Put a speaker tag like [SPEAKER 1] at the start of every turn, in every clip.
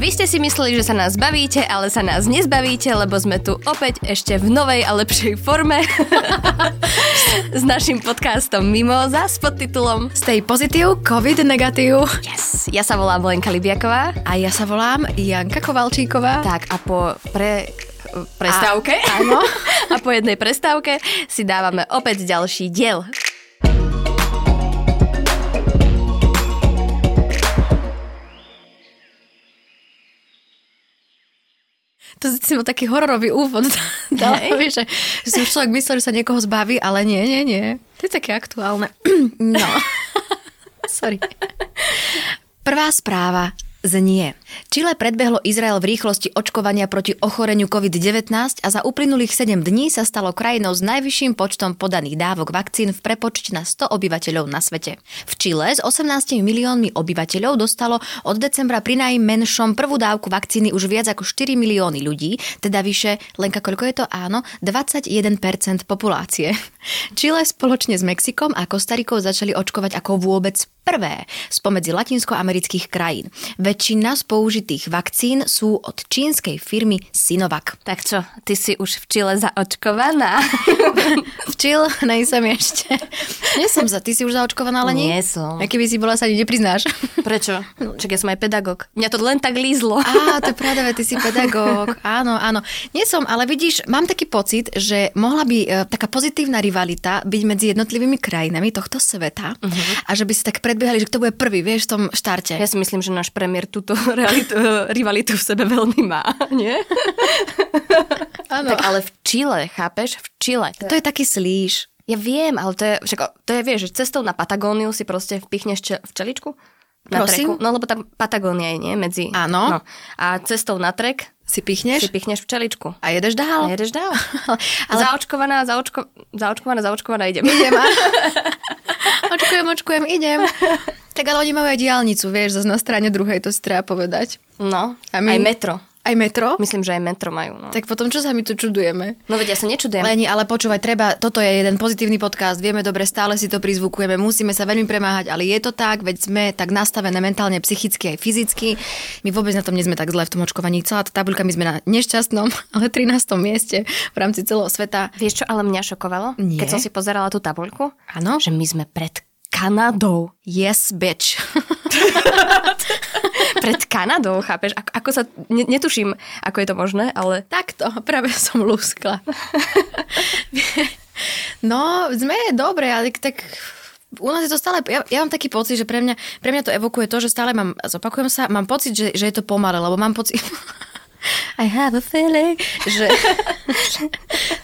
[SPEAKER 1] Vy ste si mysleli, že sa nás bavíte, ale sa nás nezbavíte, lebo sme tu opäť ešte v novej a lepšej forme s našim podcastom Mimoza s podtitulom
[SPEAKER 2] Stay pozitív, covid negatív.
[SPEAKER 1] Yes! Ja sa volám Lenka Libiaková.
[SPEAKER 2] A ja sa volám Janka Kovalčíková.
[SPEAKER 1] Tak a po pre
[SPEAKER 2] prestávke.
[SPEAKER 1] A, áno. A po jednej prestávke si dávame opäť ďalší diel.
[SPEAKER 2] To si bol taký hororový úvod. Dala,
[SPEAKER 1] Hej.
[SPEAKER 2] vieš, že, že si už človek myslel, že sa niekoho zbaví, ale nie, nie, nie. To je také aktuálne. No. Sorry. Prvá správa znie. Čile predbehlo Izrael v rýchlosti očkovania proti ochoreniu COVID-19 a za uplynulých 7 dní sa stalo krajinou s najvyšším počtom podaných dávok vakcín v prepočte na 100 obyvateľov na svete. V Čile s 18 miliónmi obyvateľov dostalo od decembra pri najmenšom prvú dávku vakcíny už viac ako 4 milióny ľudí, teda vyše, Lenka, koľko je to? Áno, 21% populácie. Čile spoločne s Mexikom a Kostarikou začali očkovať ako vôbec prvé spomedzi latinskoamerických krajín. Väčšina z použitých vakcín sú od čínskej firmy Sinovac.
[SPEAKER 1] Tak čo, ty si už v Čile zaočkovaná?
[SPEAKER 2] Včil, nejsem ešte. Nie som za, ty si už zaočkovaná, ale nie?
[SPEAKER 1] Nie som.
[SPEAKER 2] A keby si bola, sa ani nepriznáš.
[SPEAKER 1] Prečo? Čak ja som aj pedagóg. Mňa to len tak lízlo.
[SPEAKER 2] Á, to je pravda, veď ty si pedagóg. Áno, áno. Nie som, ale vidíš, mám taký pocit, že mohla by e, taká pozitívna rivalita byť medzi jednotlivými krajinami tohto sveta uh-huh. a že by si tak predbiehali, že kto bude prvý, vieš, v tom štarte.
[SPEAKER 1] Ja si myslím, že náš premiér túto realitu, rivalitu v sebe veľmi má, nie?
[SPEAKER 2] Áno.
[SPEAKER 1] Tak ale v Čile, chápeš? V Čile.
[SPEAKER 2] To je taký slíš.
[SPEAKER 1] Ja viem, ale to je, však, to je, vieš, že cestou na Patagóniu si proste vpichneš čel, včeličku? Na
[SPEAKER 2] Prosím?
[SPEAKER 1] treku? No lebo tam Patagónia je, nie? Medzi... No.
[SPEAKER 2] Áno.
[SPEAKER 1] A cestou na trek
[SPEAKER 2] Si pichneš?
[SPEAKER 1] si pichneš včeličku.
[SPEAKER 2] A
[SPEAKER 1] A
[SPEAKER 2] jedeš dál?
[SPEAKER 1] jedeš dál.
[SPEAKER 2] No. Ale-
[SPEAKER 1] Ale... Zaočkovaná, zaočko... zaočkovaná, zaočkovaná, idem.
[SPEAKER 2] Idem a... očkujem, očkujem, idem. Tak ale oni majú aj diálnicu, vieš, zase na strane druhej, to si treba povedať.
[SPEAKER 1] No,
[SPEAKER 2] A
[SPEAKER 1] a my...
[SPEAKER 2] my-
[SPEAKER 1] aj metro.
[SPEAKER 2] Aj metro?
[SPEAKER 1] Myslím, že aj metro majú. No, tak...
[SPEAKER 2] Tak potom čo sa my tu čudujeme?
[SPEAKER 1] no veď ja sa nečudujem.
[SPEAKER 2] Leni, ale počúvaj, treba, toto je jeden pozitívny podcast, vieme dobre, stále si to prizvukujeme, musíme sa veľmi premáhať, ale je to tak, veď sme tak nastavené mentálne, psychicky aj fyzicky. My vôbec na tom nie sme tak zle v tom očkovaní. Celá tá tabuľka, my sme na nešťastnom, ale 13. mieste v rámci celého sveta.
[SPEAKER 1] Vieš, čo ale mňa šokovalo?
[SPEAKER 2] Nie.
[SPEAKER 1] Keď som si pozerala tú tabuľku,
[SPEAKER 2] Áno?
[SPEAKER 1] že my sme pred Kanadou.
[SPEAKER 2] Yes, bitch.
[SPEAKER 1] Pred Kanadou, chápeš? Ako, ako sa, ne, netuším, ako je to možné, ale
[SPEAKER 2] Takto, práve som lúskla. no, sme dobre, ale tak u nás je to stále, ja, ja mám taký pocit, že pre mňa, pre mňa to evokuje to, že stále mám, zopakujem sa, mám pocit, že, že je to pomalé, lebo mám pocit, I have a feeling, že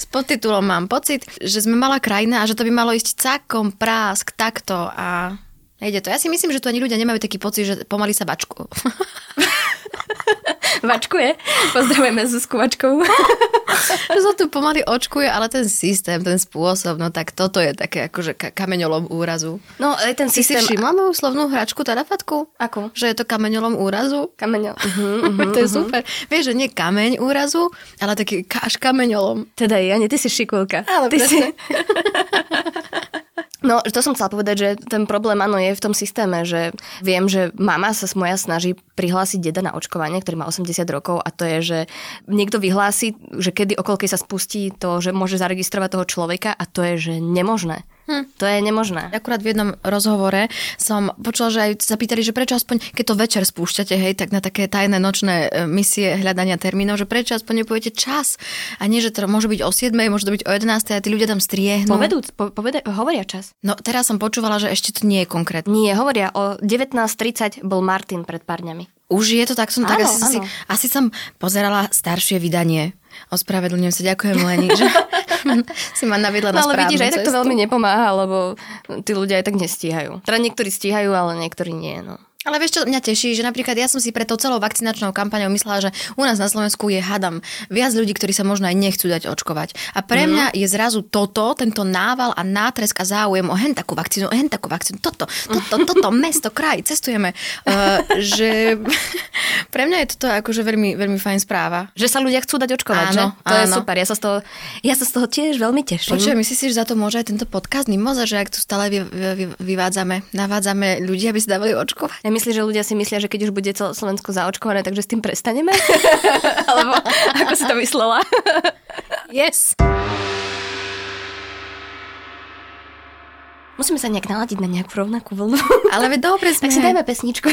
[SPEAKER 2] s podtitulom mám pocit, že sme malá krajina a že to by malo ísť cakom, prásk, takto a nejde to. Ja si myslím, že tu ani ľudia nemajú taký pocit, že pomaly sa bačku.
[SPEAKER 1] vačkuje. Pozdravujeme Zuzku Vačkovú.
[SPEAKER 2] Že sa tu pomaly očkuje, ale ten systém, ten spôsob, no tak toto je také akože ka- kameňolom úrazu.
[SPEAKER 1] No, aj ten
[SPEAKER 2] Ty si
[SPEAKER 1] systém...
[SPEAKER 2] všimla moju slovnú hračku Tarafatku?
[SPEAKER 1] Ako?
[SPEAKER 2] Že je to kameňolom úrazu?
[SPEAKER 1] Kameňo. Mhm.
[SPEAKER 2] to je super. Vieš, že nie kameň úrazu, ale taký ka- až kameňolom.
[SPEAKER 1] Teda Jani, ty si šikulka.
[SPEAKER 2] Áno,
[SPEAKER 1] ty
[SPEAKER 2] presne.
[SPEAKER 1] No, to som chcela povedať, že ten problém, áno, je v tom systéme, že viem, že mama sa s moja snaží prihlásiť deda na očkovanie, ktorý má 80 rokov a to je, že niekto vyhlási, že kedy okolkej sa spustí to, že môže zaregistrovať toho človeka a to je, že nemožné. Hm. To je nemožné.
[SPEAKER 2] Akurát v jednom rozhovore som počula, že aj sa pýtali, že prečo aspoň, keď to večer spúšťate, hej, tak na také tajné nočné e, misie hľadania termínov, že prečo aspoň nepoviete čas a nie, že to môže byť o 7, môže to byť o 11 a tí ľudia tam striehnú.
[SPEAKER 1] Povedú, po, povede, hovoria čas.
[SPEAKER 2] No teraz som počúvala, že ešte to nie je konkrétne.
[SPEAKER 1] Nie, hovoria o 19.30 bol Martin pred pár dňami.
[SPEAKER 2] Už je to tak, som
[SPEAKER 1] Áno,
[SPEAKER 2] tak asi, si,
[SPEAKER 1] áno.
[SPEAKER 2] asi som pozerala staršie vydanie. Ospravedlňujem sa, ďakujem Leni, že si ma naviedla na
[SPEAKER 1] No, ale
[SPEAKER 2] správnu
[SPEAKER 1] vidíš, aj tak
[SPEAKER 2] cestu.
[SPEAKER 1] to veľmi nepomáha, lebo tí ľudia aj tak nestíhajú. Teda niektorí stíhajú, ale niektorí nie. No.
[SPEAKER 2] Ale vieš, čo mňa teší, že napríklad ja som si pred tou celou vakcinačnou kampaňou myslela, že u nás na Slovensku je hadam viac ľudí, ktorí sa možno aj nechcú dať očkovať. A pre mňa je zrazu toto, tento nával a nátresk a záujem o hen takú vakcínu, o hen takú vakcínu, toto, toto, toto, mesto, kraj, cestujeme. Uh, že pre mňa je toto akože veľmi, veľmi fajn správa.
[SPEAKER 1] Že sa ľudia chcú dať očkovať,
[SPEAKER 2] Áno,
[SPEAKER 1] že? To je
[SPEAKER 2] áno.
[SPEAKER 1] super. Ja sa, z toho, ja sa z toho tiež veľmi teším.
[SPEAKER 2] Počujem, myslíš si, že za to môže aj tento podcast mimoza, že ak tu stále vy, vy, vy, vyvádzame, navádzame ľudia, aby si dávali očkovať?
[SPEAKER 1] Ja myslíš, že ľudia si myslia, že keď už bude celé Slovensko zaočkované, takže s tým prestaneme? Alebo ako si to myslela?
[SPEAKER 2] Yes.
[SPEAKER 1] Musíme sa nejak naladiť na nejakú rovnakú vlnu.
[SPEAKER 2] Ale veď dobre sme.
[SPEAKER 1] Tak si dajme pesničku.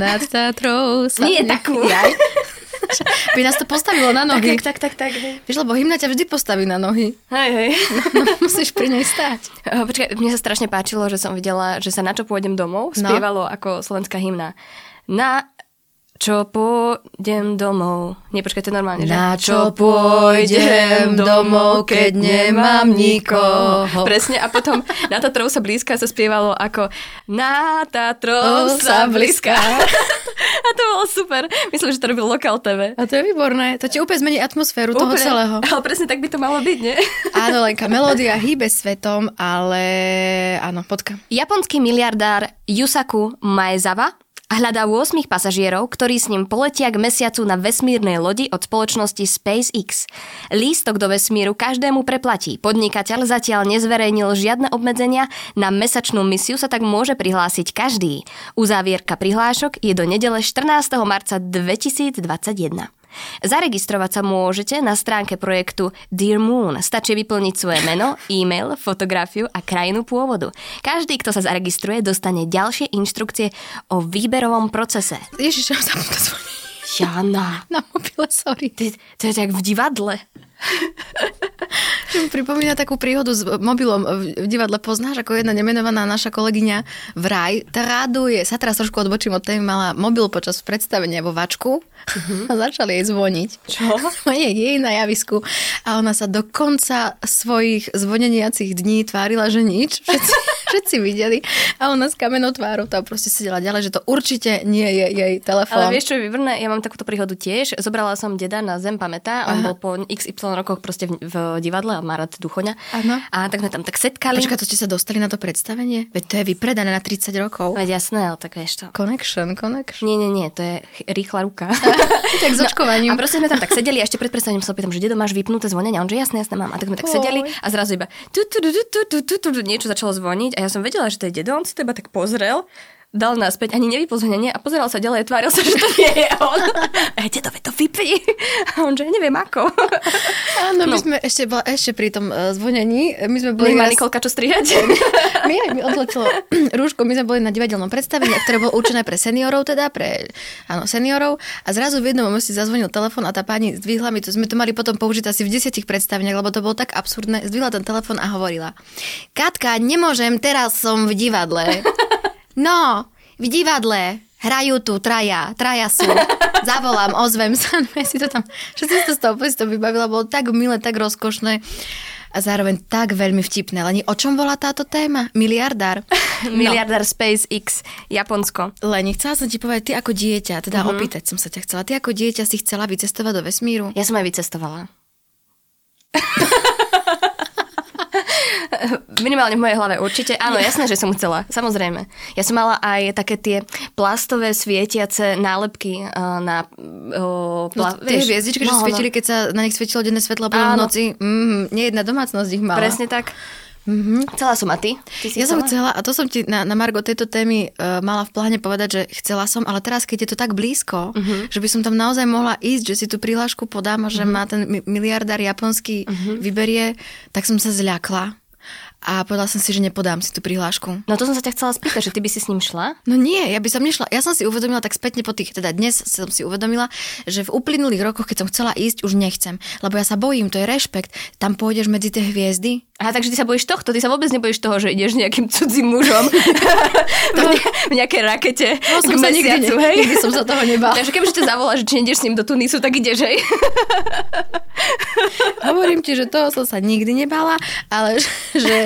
[SPEAKER 2] Nad Tatrou sa...
[SPEAKER 1] Nie takú.
[SPEAKER 2] Jaj. No, By nás to postavilo na nohy.
[SPEAKER 1] tak, tak, tak. tak.
[SPEAKER 2] Vieš, lebo hymna ťa vždy postaví na nohy.
[SPEAKER 1] Hej, hej.
[SPEAKER 2] No, musíš pri nej stáť.
[SPEAKER 1] Eh, Počkaj, mne sa strašne páčilo, že som videla, že sa na čo pôjdem domov
[SPEAKER 2] No.
[SPEAKER 1] spievalo ako slovenská hymna. Na čo pôjdem domov. Nie, počkaj, to je normálne, že?
[SPEAKER 2] Na čo pôjdem domov, keď nemám nikoho?
[SPEAKER 1] Presne, a potom na Tatrou sa blízka sa spievalo ako Na Tatrou sa blízka. A to bolo super. Myslím, že to robil Lokal TV.
[SPEAKER 2] A to je výborné. To ti úplne zmení atmosféru toho
[SPEAKER 1] Úplne.
[SPEAKER 2] celého.
[SPEAKER 1] Ale presne tak by to malo byť, nie?
[SPEAKER 2] Áno, Lenka, melódia hýbe svetom, ale áno, potka.
[SPEAKER 1] Japonský miliardár Yusaku Maezawa hľadá 8 pasažierov, ktorí s ním poletia k mesiacu na vesmírnej lodi od spoločnosti SpaceX. Lístok do vesmíru každému preplatí. Podnikateľ zatiaľ nezverejnil žiadne obmedzenia, na mesačnú misiu sa tak môže prihlásiť každý. Uzávierka prihlášok je do nedele 14. marca 2021. Zaregistrovať sa môžete na stránke projektu Dear Moon. Stačí vyplniť svoje meno, e-mail, fotografiu a krajinu pôvodu. Každý, kto sa zaregistruje, dostane ďalšie inštrukcie o výberovom procese.
[SPEAKER 2] Ježiš, ja som to svoj
[SPEAKER 1] Jana,
[SPEAKER 2] na mobile, sorry.
[SPEAKER 1] ty, to je tak v divadle.
[SPEAKER 2] Čo mi pripomína takú príhodu s mobilom v v divadle. Poznáš, ako jedna nemenovaná naša kolegyňa v raj tráduje, sa teraz trošku odbočím od témy, mala mobil počas predstavenia vo Vačku
[SPEAKER 1] Mhm.
[SPEAKER 2] a začali jej zvoniť.
[SPEAKER 1] Čo?
[SPEAKER 2] Nie, jej na javisku. A ona sa do konca svojich zvoneniacich dní tvárila, že nič. Všetci, všetci videli. A ona s kamenou tvárou tam proste sedela ďalej, že to určite nie je jej telefón.
[SPEAKER 1] Ale vieš, čo je výborné? Ja mám takúto príhodu tiež. Zobrala som deda na Zem pamätá. On bol po XY rokoch proste v, v divadle a má rád duchoňa.
[SPEAKER 2] Áno.
[SPEAKER 1] A tak sme tam tak setkali.
[SPEAKER 2] Počkaj, to ste sa dostali na to predstavenie? Veď to je vypredané na 30 rokov.
[SPEAKER 1] Veď jasné, ale tak vieš to.
[SPEAKER 2] Connection, connection.
[SPEAKER 1] Nie, nie, nie, to je ch- rýchla ruka.
[SPEAKER 2] Tak s
[SPEAKER 1] A
[SPEAKER 2] očkovaním.
[SPEAKER 1] proste sme tam tak sedeli a ešte pred predstavením sa opýtam, že dedo máš vypnuté zvonenie? A on že jasné, jasné, mám. A tak sme tak
[SPEAKER 2] Oj.
[SPEAKER 1] sedeli a zrazu iba tu, tu, tu, tu, tu, tu, tu, tu, tu, niečo začalo zvoniť a ja som vedela, že to je dedo, on si teba tak pozrel, dal naspäť, ani nevypol zvonenie a pozeral sa ďalej, tváril sa, že to nie je on. A ja, dedo, veď to vypni. A on že neviem ako.
[SPEAKER 2] Áno, my sme ešte, bola, ešte pri tom uh, zvonení, my sme boli...
[SPEAKER 1] Nemá
[SPEAKER 2] raz-
[SPEAKER 1] Nikolka čo strihať?
[SPEAKER 2] my aj mi odletelo rúško, my sme boli na divadelnom predstavení, ktoré bolo určené pre seniorov, teda pre áno, seniorov. A zrazu v jednom momente zazvonil telefón a tá pani zdvihla mi to, sme to mali potom použiť asi v desiatich predstaveniach, lebo to bolo tak absurdné. Zdvihla ten telefón a hovorila, Katka, nemôžem, teraz som v divadle. No, v divadle hrajú tu traja, traja sú. Zavolám, ozvem sa, no ja si to tam, všetci si to z toho, si to vybavila, bolo tak milé, tak rozkošné a zároveň tak veľmi vtipné. Leni, o čom bola táto téma? Miliardár.
[SPEAKER 1] Miliardár SpaceX, Japonsko.
[SPEAKER 2] Leni, chcela som ti povedať, ty ako dieťa, teda mm-hmm. opýtať som sa ťa chcela, ty ako dieťa si chcela vycestovať do vesmíru?
[SPEAKER 1] Ja som aj vycestovala. Minimálne v mojej hlave určite. Áno, jasné, že som chcela. Samozrejme. Ja som mala aj také tie plastové svietiace nálepky eh, na... Uh,
[SPEAKER 2] No, tie hviezdičky, čo svietili, keď sa na nich svietilo denné svetlo, bolo v
[SPEAKER 1] Áno.
[SPEAKER 2] noci, mm, nie jedna domácnosť ich mala.
[SPEAKER 1] Presne tak. Mm-hmm. Chcela som a ty? ty si
[SPEAKER 2] Ja som chcela, a to som ti na, na Margo tejto témy uh, mala v pláne povedať, že chcela som, ale teraz, keď je to tak blízko, uh-huh.
[SPEAKER 1] Mhm.
[SPEAKER 2] že by som tam naozaj mohla ísť, že si tú prihlášku podám a že uh-huh. má ten mi- miliardár
[SPEAKER 1] Mhm.
[SPEAKER 2] japonský uh-huh. vyberie, tak som sa zľakla a povedala som si, že nepodám si tú prihlášku.
[SPEAKER 1] No to som sa ťa chcela spýtať, že ty by si s ním šla?
[SPEAKER 2] No nie, ja by som nešla. Ja som si uvedomila tak spätne po tých, teda dnes som si uvedomila, že v uplynulých rokoch, keď som chcela ísť, už nechcem. Lebo ja sa bojím, to je rešpekt. Tam pôjdeš medzi tie hviezdy.
[SPEAKER 1] Aha, takže ty sa bojíš tohto, ty sa vôbec nebojíš toho, že ideš nejakým cudzím mužom v, ne- v nejakej rakete
[SPEAKER 2] No,
[SPEAKER 1] k mesiacu,
[SPEAKER 2] nikdy,
[SPEAKER 1] hej?
[SPEAKER 2] ne, nikdy som sa toho nebala.
[SPEAKER 1] Takže kebyže ťa zavolá, že či ideš s ním do Tunisu, tak ideš, hej?
[SPEAKER 2] Hovorím ti, že toho som sa nikdy nebala, ale že- že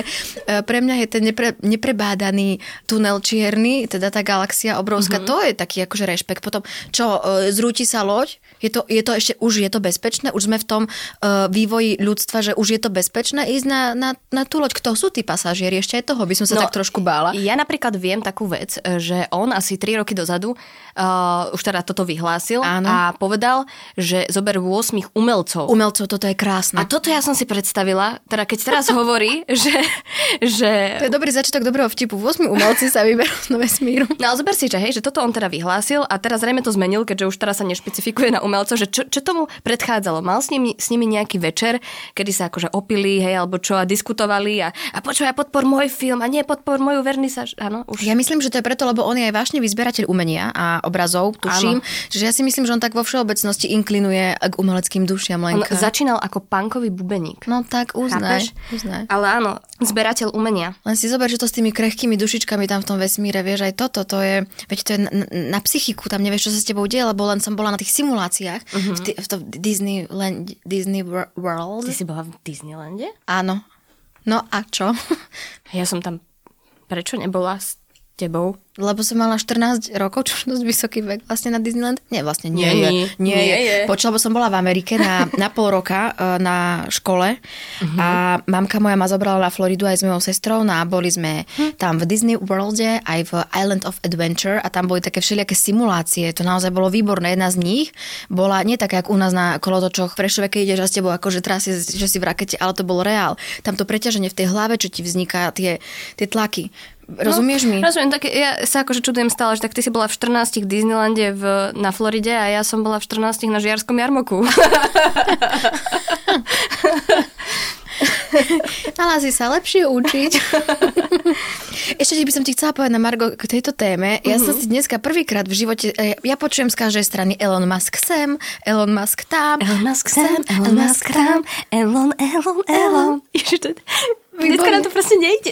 [SPEAKER 2] e, pre mňa je ten nepre, neprebádaný tunel čierny, teda tá galaxia obrovská, mm-hmm. to je taký akože rešpekt. Potom, čo, e, zrúti sa loď? Je to, je to ešte, už je to bezpečné? Už sme v tom e, vývoji ľudstva, že už je to bezpečné ísť na, na na, na tú loď. Kto sú tí pasažieri? Ešte aj toho by som sa no, tak trošku bála.
[SPEAKER 1] Ja napríklad viem takú vec, že on asi 3 roky dozadu uh, už teda toto vyhlásil
[SPEAKER 2] Áno.
[SPEAKER 1] a povedal, že zoberú 8 umelcov.
[SPEAKER 2] Umelcov, toto je krásne.
[SPEAKER 1] A toto ja som si predstavila, teda keď teraz hovorí, že, že
[SPEAKER 2] To je dobrý začiatok dobrého vtipu. 8 umelci sa vyberú do vesmíru.
[SPEAKER 1] No ale zober si, že hej, že toto on teda vyhlásil a teraz zrejme to zmenil, keďže už teraz sa nešpecifikuje na umelcov, že čo, čo tomu predchádzalo. Mal s nimi, s nimi nejaký večer, kedy sa akože opili, hej, alebo čo a diskutovali a, a počúvaj, podpor môj film a nie podpor moju vernisáž. Áno, už.
[SPEAKER 2] Ja myslím, že to je preto, lebo on je aj vášnivý zbierateľ umenia a obrazov, tuším. Čiže ja si myslím, že on tak vo všeobecnosti inklinuje k umeleckým dušiam
[SPEAKER 1] On
[SPEAKER 2] Lenka.
[SPEAKER 1] začínal ako punkový bubeník.
[SPEAKER 2] No tak uznaj,
[SPEAKER 1] Chápeš?
[SPEAKER 2] uznaj.
[SPEAKER 1] Ale áno, zberateľ umenia.
[SPEAKER 2] Len si zober, že to s tými krehkými dušičkami tam v tom vesmíre, vieš, aj toto, to je, veď to je na, na psychiku, tam nevieš, čo sa s tebou deje, lebo len som bola na tých simuláciách
[SPEAKER 1] Mhm.
[SPEAKER 2] uh-huh. v, t- v to Disneyland, Disney Wor-
[SPEAKER 1] Ty
[SPEAKER 2] World.
[SPEAKER 1] si bola v Disneylande?
[SPEAKER 2] Áno. No a čo?
[SPEAKER 1] Ja som tam... Prečo nebola s tebou?
[SPEAKER 2] Lebo som mala 14 rokov, čo je dosť vysoký vek vlastne na Disneyland. Nie, vlastne nie,
[SPEAKER 1] Nie,
[SPEAKER 2] nie je.
[SPEAKER 1] nie
[SPEAKER 2] Nie, nie je.
[SPEAKER 1] je.
[SPEAKER 2] Počula, lebo som bola v Amerike na, na pol roka e, na škole a mamka moja ma zobrala na Floridu aj s mojou sestrou. No a boli sme tam v Disney Worlde, aj v Island of Adventure a tam boli také všelijaké simulácie. To naozaj bolo výborné. Jedna z nich bola nie taká, jak u nás na kolotočoch. V Prešove, keď ideš a s tebou akože trasie, že si v rakete, ale to bol reál. Tam to preťaženie v tej hlave, čo ti vzniká, tie, tie tlaky. Rozumieš mi?
[SPEAKER 1] No, Rozumiem, tak ja sa akože čudujem stále, že tak ty si bola v 14 v Disneylande v, na Floride a ja som bola v 14 na Žiarskom jarmoku.
[SPEAKER 2] Mala si sa lepšie učiť. Ešte by som ti chcela povedať na Margo k tejto téme. Ja som si dneska prvýkrát v živote, eh, ja počujem z každej strany Elon Musk sem, Elon Musk tam.
[SPEAKER 1] Musk
[SPEAKER 2] sem, Elon Musk tam,
[SPEAKER 1] Elon, Elon,
[SPEAKER 2] Elon.
[SPEAKER 1] Ježiš, to... Dneska
[SPEAKER 2] Výborne.
[SPEAKER 1] nám to proste nejde.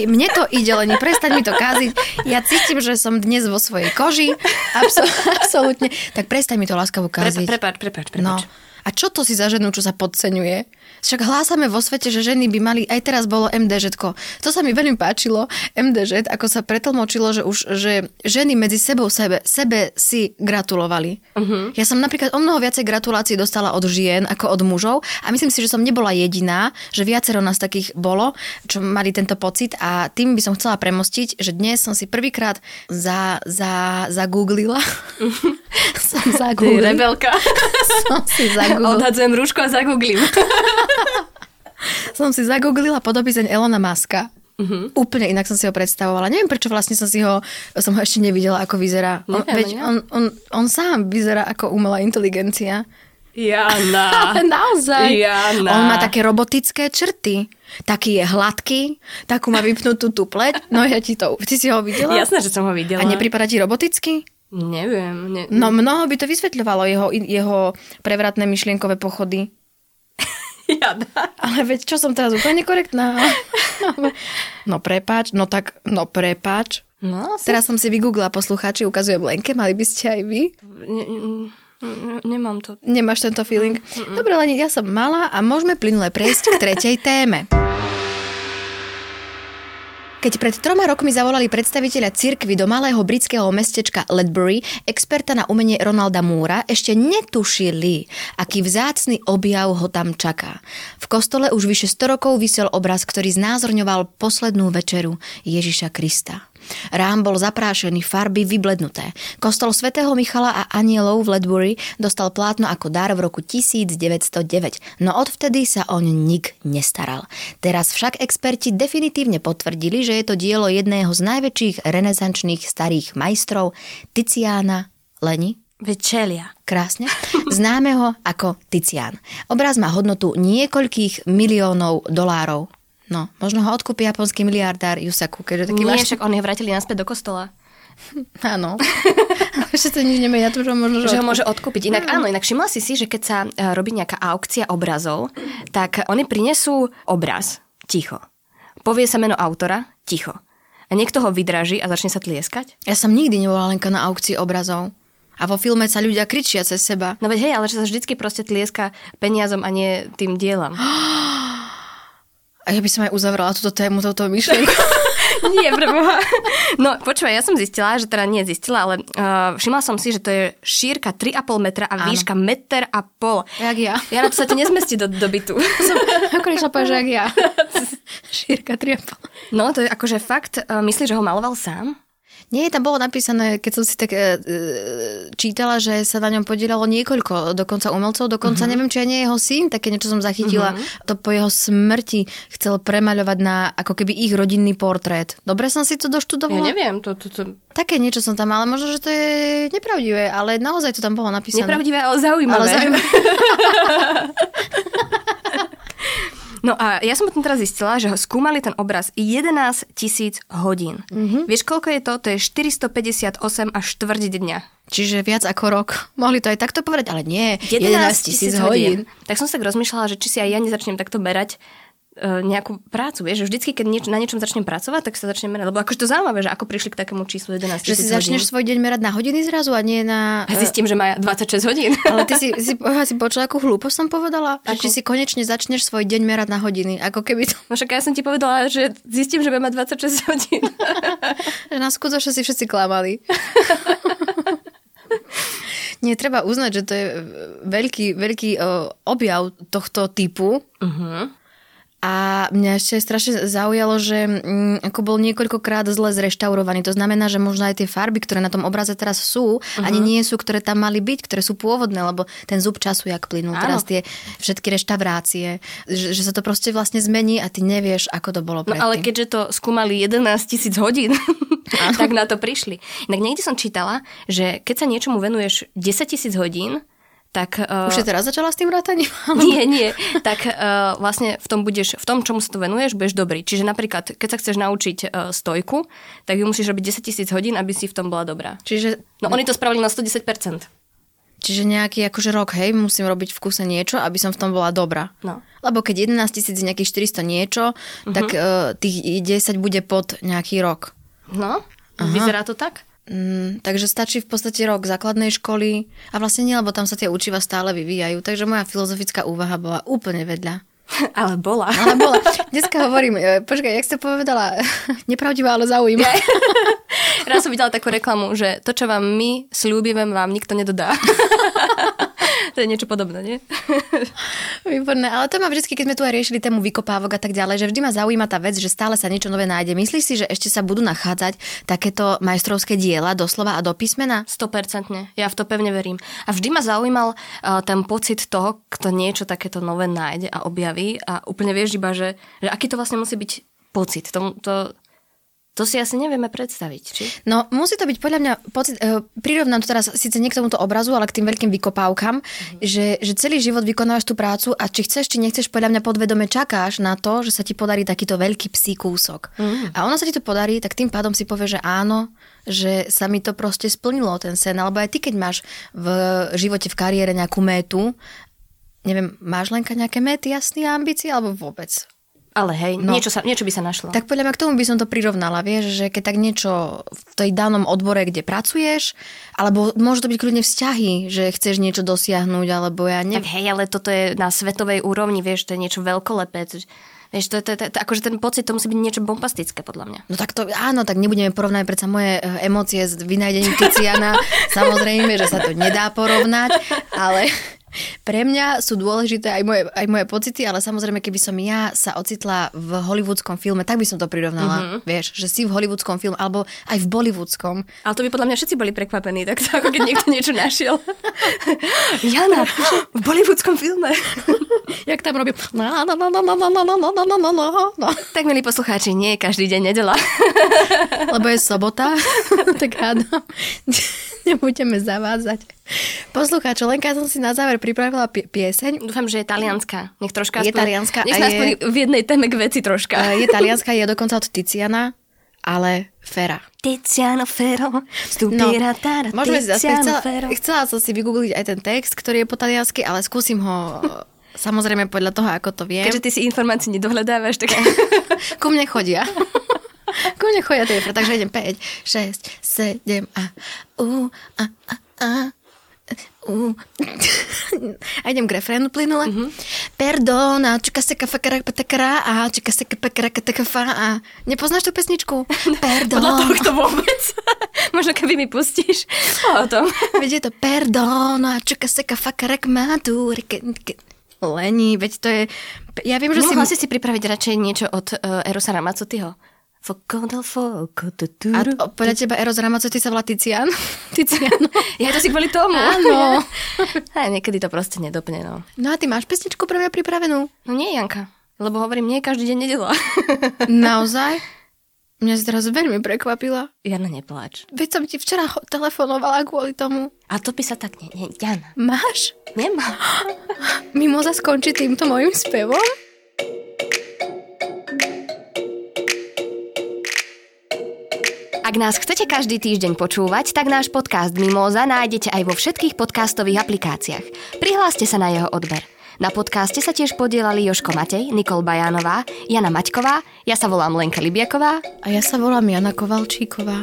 [SPEAKER 2] I- Mne to ide, len prestaň mi to kaziť. Ja cítim, že som dnes vo svojej koži. Abso- absolútne. Tak prestaň mi to láskavo kaziť.
[SPEAKER 1] Prepač, prepač,
[SPEAKER 2] No.
[SPEAKER 1] prepač.
[SPEAKER 2] A čo to si za ženu, čo sa podceňuje? Však hlásame vo svete, že ženy by mali, aj teraz bolo MDŽ. To sa mi veľmi páčilo, MDŽ, ako sa pretlmočilo, že už že ženy medzi sebou sebe, sebe si gratulovali. Uh-huh. Ja som napríklad o mnoho viacej gratulácií dostala od žien ako od mužov a myslím si, že som nebola jediná, že viacero nás takých bolo, čo mali tento pocit a tým by som chcela premostiť, že dnes som si prvýkrát za, za, zagooglila. som
[SPEAKER 1] Ty
[SPEAKER 2] zagooglila
[SPEAKER 1] rebelka.
[SPEAKER 2] som si zagooglila,
[SPEAKER 1] Odhadzujem rúško a zagooglím.
[SPEAKER 2] som si zagooglila podobizeň Elona Muska.
[SPEAKER 1] Mhm.
[SPEAKER 2] Uh-huh. Úplne inak som si ho predstavovala. Neviem, prečo vlastne som si ho, som ho ešte nevidela, ako vyzerá. On,
[SPEAKER 1] Neviem,
[SPEAKER 2] veď
[SPEAKER 1] ja.
[SPEAKER 2] on, on, on sám vyzerá ako umelá inteligencia.
[SPEAKER 1] Jana.
[SPEAKER 2] Ale naozaj.
[SPEAKER 1] Jana.
[SPEAKER 2] On má také robotické črty. Taký je hladký, takú má vypnutú tú pleť. No ja ti to, ty si ho videla?
[SPEAKER 1] Jasné, že som ho
[SPEAKER 2] A
[SPEAKER 1] videla.
[SPEAKER 2] nepripadá ti roboticky?
[SPEAKER 1] Neviem. Ne...
[SPEAKER 2] No mnoho by to vysvetľovalo, jeho, jeho prevratné myšlienkové pochody.
[SPEAKER 1] Jana.
[SPEAKER 2] Ale veď, čo som teraz úplne nekorektná. No prepáč, no tak, no prepáč.
[SPEAKER 1] No, asi...
[SPEAKER 2] Teraz som si vygooglila poslucháči, ukazujem Lenke, mali by ste aj vy.
[SPEAKER 1] Ne, ne, ne, nemám to.
[SPEAKER 2] Nemáš tento feeling? Dobre, Leni, ja som mala a môžeme plynule prejsť k tretej téme. Keď pred troma rokmi zavolali predstaviteľa cirkvy do malého britského mestečka Ledbury, experta na umenie Ronalda Múra, ešte netušili, aký vzácny objav ho tam čaká. V kostole už vyše 100 rokov vysel obraz, ktorý znázorňoval poslednú večeru Ježiša Krista. Rám bol zaprášený, farby vyblednuté. Kostol svätého Michala a anielov v Ledbury dostal plátno ako dar v roku 1909, no odvtedy sa oň nik nestaral. Teraz však experti definitívne potvrdili, že je to dielo jedného z najväčších renesančných starých majstrov Tiziana Leni
[SPEAKER 1] Večelia.
[SPEAKER 2] krásne, známeho ako Tician. Obraz má hodnotu niekoľkých miliónov dolárov. No, možno ho odkúpi japonský miliardár Yusaku, keďže taký
[SPEAKER 1] Nie,
[SPEAKER 2] váš...
[SPEAKER 1] však on je vrátili naspäť do kostola.
[SPEAKER 2] Áno. Ešte to nič nemenia, to že ho možno...
[SPEAKER 1] Že ho môže odkúpiť. Inak áno, inak všimla si si, že keď sa e, robí nejaká aukcia obrazov, tak oni prinesú obraz, ticho. Povie sa meno autora, ticho. A niekto ho vydraží a začne sa tlieskať.
[SPEAKER 2] Ja som nikdy nebola Lenka na aukcii obrazov. A vo filme sa ľudia kričia cez seba.
[SPEAKER 1] No veď hej, ale že sa vždycky proste tlieska peniazom a nie tým dielam.
[SPEAKER 2] A ja by som aj uzavrela túto tému, touto myšlienkou.
[SPEAKER 1] nie, preboha. No počúvaj, ja som zistila, že teda nie zistila, ale uh, všimla som si, že to je šírka 3,5 metra a
[SPEAKER 2] Áno.
[SPEAKER 1] výška meter a pol.
[SPEAKER 2] Jak ja.
[SPEAKER 1] Ja na to sa ti nezmestí do, do bytu.
[SPEAKER 2] Ako nešla povedať, že jak ja.
[SPEAKER 1] si
[SPEAKER 2] šírka 3,5.
[SPEAKER 1] No, to je akože fakt, e, myslíš, že ho maloval sám?
[SPEAKER 2] Nie, tam bolo napísané, keď som si tak e, e, čítala, že sa na ňom podielalo niekoľko dokonca umelcov, dokonca mm-hmm. neviem, či aj nie jeho syn, také niečo som zachytila. Mm-hmm. To po jeho smrti chcel premaľovať na ako keby ich rodinný portrét. Dobre som si to
[SPEAKER 1] Ja
[SPEAKER 2] doštudovala?
[SPEAKER 1] neviem, to, to, to...
[SPEAKER 2] Také niečo som tam, ale možno, že to je nepravdivé, ale naozaj to tam bolo napísané.
[SPEAKER 1] nepravdivé, ale zaujímavé.
[SPEAKER 2] Ale zaujímavé.
[SPEAKER 1] No a ja som potom teraz zistila, že ho skúmali ten obraz 11 tisíc hodín. Mm-hmm. Vieš, koľko je to? To je 458 a štvrť dňa.
[SPEAKER 2] Čiže viac ako rok. Mohli to aj takto povedať, ale nie. 11 tisíc hodín.
[SPEAKER 1] Tak som sa tak rozmýšľala, že či si aj ja nezačnem takto merať e, nejakú prácu, vieš, že vždycky, keď nieč- na niečom začnem pracovať, tak sa začnem merať, lebo akože to zaujímavé, že ako prišli k takému číslu 11
[SPEAKER 2] Že si
[SPEAKER 1] tisíc hodín.
[SPEAKER 2] začneš svoj deň merať na hodiny zrazu a nie na... e,
[SPEAKER 1] A zistím, že má 26 hodín.
[SPEAKER 2] Ale ty si, si, aha, si počula, akú hlúposť som povedala? Že či si konečne začneš svoj deň merať na hodiny. Ako keby to...
[SPEAKER 1] No však ja som ti povedala, že zistím, že budem mať 26 hodín.
[SPEAKER 2] Že na skutočne si všetci klamali. Nie, treba uznať, že to je e, veľký, veľký o, objav tohto typu.
[SPEAKER 1] Uh-huh.
[SPEAKER 2] A mňa ešte strašne zaujalo, že mm, ako bol niekoľkokrát zle zreštaurovaný. To znamená, že možno aj tie farby, ktoré na tom obraze teraz sú, uh-huh.
[SPEAKER 1] Mhm.
[SPEAKER 2] ani nie sú, ktoré tam mali byť, ktoré sú pôvodné, lebo ten zub času, jak plynul
[SPEAKER 1] Áno.
[SPEAKER 2] teraz tie všetky reštaurácie, že, že sa to proste vlastne zmení a ty nevieš, ako to bolo
[SPEAKER 1] No
[SPEAKER 2] predtým.
[SPEAKER 1] ale keďže to skúmali 11 tisíc hodín, tak na to prišli. Inak niekde som čítala, že keď sa niečomu venuješ 10 tisíc hodín, tak... Uh,
[SPEAKER 2] Už je teraz začala s tým rátaním?
[SPEAKER 1] nie, nie. Tak uh, vlastne v tom, budeš, v tom, čomu sa to venuješ, budeš dobrý. Čiže napríklad, keď sa chceš naučiť uh, stojku, tak ju musíš robiť 10 tisíc hodín, aby si v tom bola dobrá.
[SPEAKER 2] Čiže,
[SPEAKER 1] No oni to spravili na 110%.
[SPEAKER 2] čiže nejaký akože rok, hej, musím robiť v kuse niečo, aby som v tom bola dobrá.
[SPEAKER 1] No.
[SPEAKER 2] Lebo keď 11 tisíc je nejakých 400 niečo, uh-huh.
[SPEAKER 1] Mhm.
[SPEAKER 2] tak uh, tých 10 bude pod nejaký rok.
[SPEAKER 1] No, vyzerá to tak?
[SPEAKER 2] Mm, takže stačí v podstate rok základnej školy a vlastne nie, lebo tam sa tie učiva stále vyvíjajú. Takže moja filozofická úvaha bola úplne vedľa.
[SPEAKER 1] Ale bola.
[SPEAKER 2] Ale bola, dneska hovorím, e, počkaj, jak ste povedala, nepravdivá, ale zaujímavá.
[SPEAKER 1] Raz som videla takú reklamu, že to, čo vám my slúbime, vám nikto nedodá. to je niečo podobné, nie?
[SPEAKER 2] Výborné, ale to ma vždy, keď sme tu aj riešili tému vykopávok a tak ďalej, že vždy ma zaujíma tá vec, že stále sa niečo nové nájde. Myslíš si, že ešte sa budú nachádzať takéto majstrovské diela doslova a do písmena?
[SPEAKER 1] 100%. Ja v to pevne verím. A vždy ma zaujímal uh, ten pocit toho, kto niečo takéto nové nájde a objaví a úplne vieš iba, že, že aký to vlastne musí byť pocit. To, to, to si asi nevieme predstaviť, či?
[SPEAKER 2] No, musí to byť podľa mňa, pocit, e, prirovnám to teraz síce nie k tomuto obrazu, ale k tým veľkým vykopávkam, že, že celý život vykonávaš tú prácu a či chceš, či nechceš, podľa mňa podvedome čakáš na to, že sa ti podarí takýto veľký psí kúsok. A ono sa ti to podarí, tak tým pádom si povieš, že áno, že sa mi to proste splnilo ten sen. Alebo aj ty, keď máš v živote, v kariére nejakú métu, neviem, máš Lenka nejaké méty, jasné ambície, alebo vôbec?
[SPEAKER 1] Ale hej, no.
[SPEAKER 2] No.
[SPEAKER 1] niečo, sa, niečo by sa našlo.
[SPEAKER 2] Tak podľa mňa k tomu by som to prirovnala, vieš, že keď tak niečo v tej danom odbore, kde pracuješ, alebo môže to byť kľudne vzťahy, že chceš niečo dosiahnuť, alebo
[SPEAKER 1] Tak
[SPEAKER 2] ja neviem.
[SPEAKER 1] hej, ale toto je na svetovej úrovni, vieš, to je niečo veľkolepé. To- Vieš, to, to, to, to, akože ten pocit, to musí byť niečo bombastické, podľa mňa.
[SPEAKER 2] No tak to, áno, tak nebudeme porovnať predsa moje e, emócie s vynajdením Tiziana. Samozrejme, že sa to nedá porovnať, ale pre mňa sú dôležité aj moje, aj moje pocity, ale samozrejme, keby som ja sa ocitla v hollywoodskom filme, tak by som to prirovnala, mm-hmm. vieš, že si v hollywoodskom filme, alebo aj v bollywoodskom,
[SPEAKER 1] Ale to by podľa mňa všetci boli prekvapení, tak to ako keď niekto niečo našiel. Jana, v bollywoodskom filme.
[SPEAKER 2] Jak tam robí... Na, na, na, na, na, na, na, na, na, na, na, na, na.
[SPEAKER 1] tak, milí poslucháči, nie je každý deň nedela.
[SPEAKER 2] Lebo je sobota, tak áno, nebudeme zavádzať. Poslucháčo, Lenka, ja som si na záver pripravila pie- pieseň.
[SPEAKER 1] Dúfam, že je talianská. Nech troška
[SPEAKER 2] Je talianská
[SPEAKER 1] Nech
[SPEAKER 2] a
[SPEAKER 1] sa
[SPEAKER 2] je-
[SPEAKER 1] aspoň v jednej téme k veci troška.
[SPEAKER 2] E, Je talianská, je dokonca od Tiziana, ale Fera. No,
[SPEAKER 1] Tiziano Ferro, stupira tara,
[SPEAKER 2] môžeme si zase,
[SPEAKER 1] Tiziano
[SPEAKER 2] chcela,
[SPEAKER 1] Ferro.
[SPEAKER 2] chcela som si vygoogliť aj ten text, ktorý je po taliansky, ale skúsim ho e, samozrejme podľa toho, ako to viem.
[SPEAKER 1] Keďže ty si informácie nedohľadávaš, tak...
[SPEAKER 2] Ku mne chodia. Ku mne chodia tie, takže idem 5, 6, 7 a u, a, a, a. U. A idem k refrénu plynule.
[SPEAKER 1] Mhm.
[SPEAKER 2] Mm-hmm. Perdona, čika se kafa kara patakara a čika se kafa kara katakafa a. Nepoznáš tú pesničku?
[SPEAKER 1] Podľa toho,
[SPEAKER 2] Perdona.
[SPEAKER 1] kto vôbec. Možno keby mi pustíš No, o tom.
[SPEAKER 2] Veď je to perdona, čika se kafa kara kmadu. lení, veď to je... Ja viem, že si...
[SPEAKER 1] Nemohla si si pripraviť radšej niečo od uh, Erosa Ramacotyho? Foco del foco, tu, tu,
[SPEAKER 2] A
[SPEAKER 1] tu.
[SPEAKER 2] to, podľa teba Eros Ramacoty sa volá Tizian? Tiziano.
[SPEAKER 1] Ja to si kvôli tomu.
[SPEAKER 2] Áno.
[SPEAKER 1] Aj, niekedy to proste nedopne, no.
[SPEAKER 2] No a ty máš pesničku pre mňa pripravenú?
[SPEAKER 1] No nie, Janka. Lebo hovorím, nie každý deň nedela.
[SPEAKER 2] Naozaj? Mňa si teraz veľmi prekvapila.
[SPEAKER 1] Jana, nepláč.
[SPEAKER 2] Veď som ti včera ho- telefonovala kvôli tomu.
[SPEAKER 1] A to by sa tak ne... ne Jana,
[SPEAKER 2] Máš?
[SPEAKER 1] nemá.
[SPEAKER 2] Mimoza skončí týmto mojim spevom?
[SPEAKER 1] Ak nás chcete každý týždeň počúvať, tak náš podcast Mimóza nájdete aj vo všetkých podcastových aplikáciách. Prihláste sa na jeho odber. Na podcaste sa tiež podielali Joško Matej, Nikol Bajánová, Jana Maťková, ja sa volám Lenka Libiaková
[SPEAKER 2] A ja sa volám Jana Kovalčíková.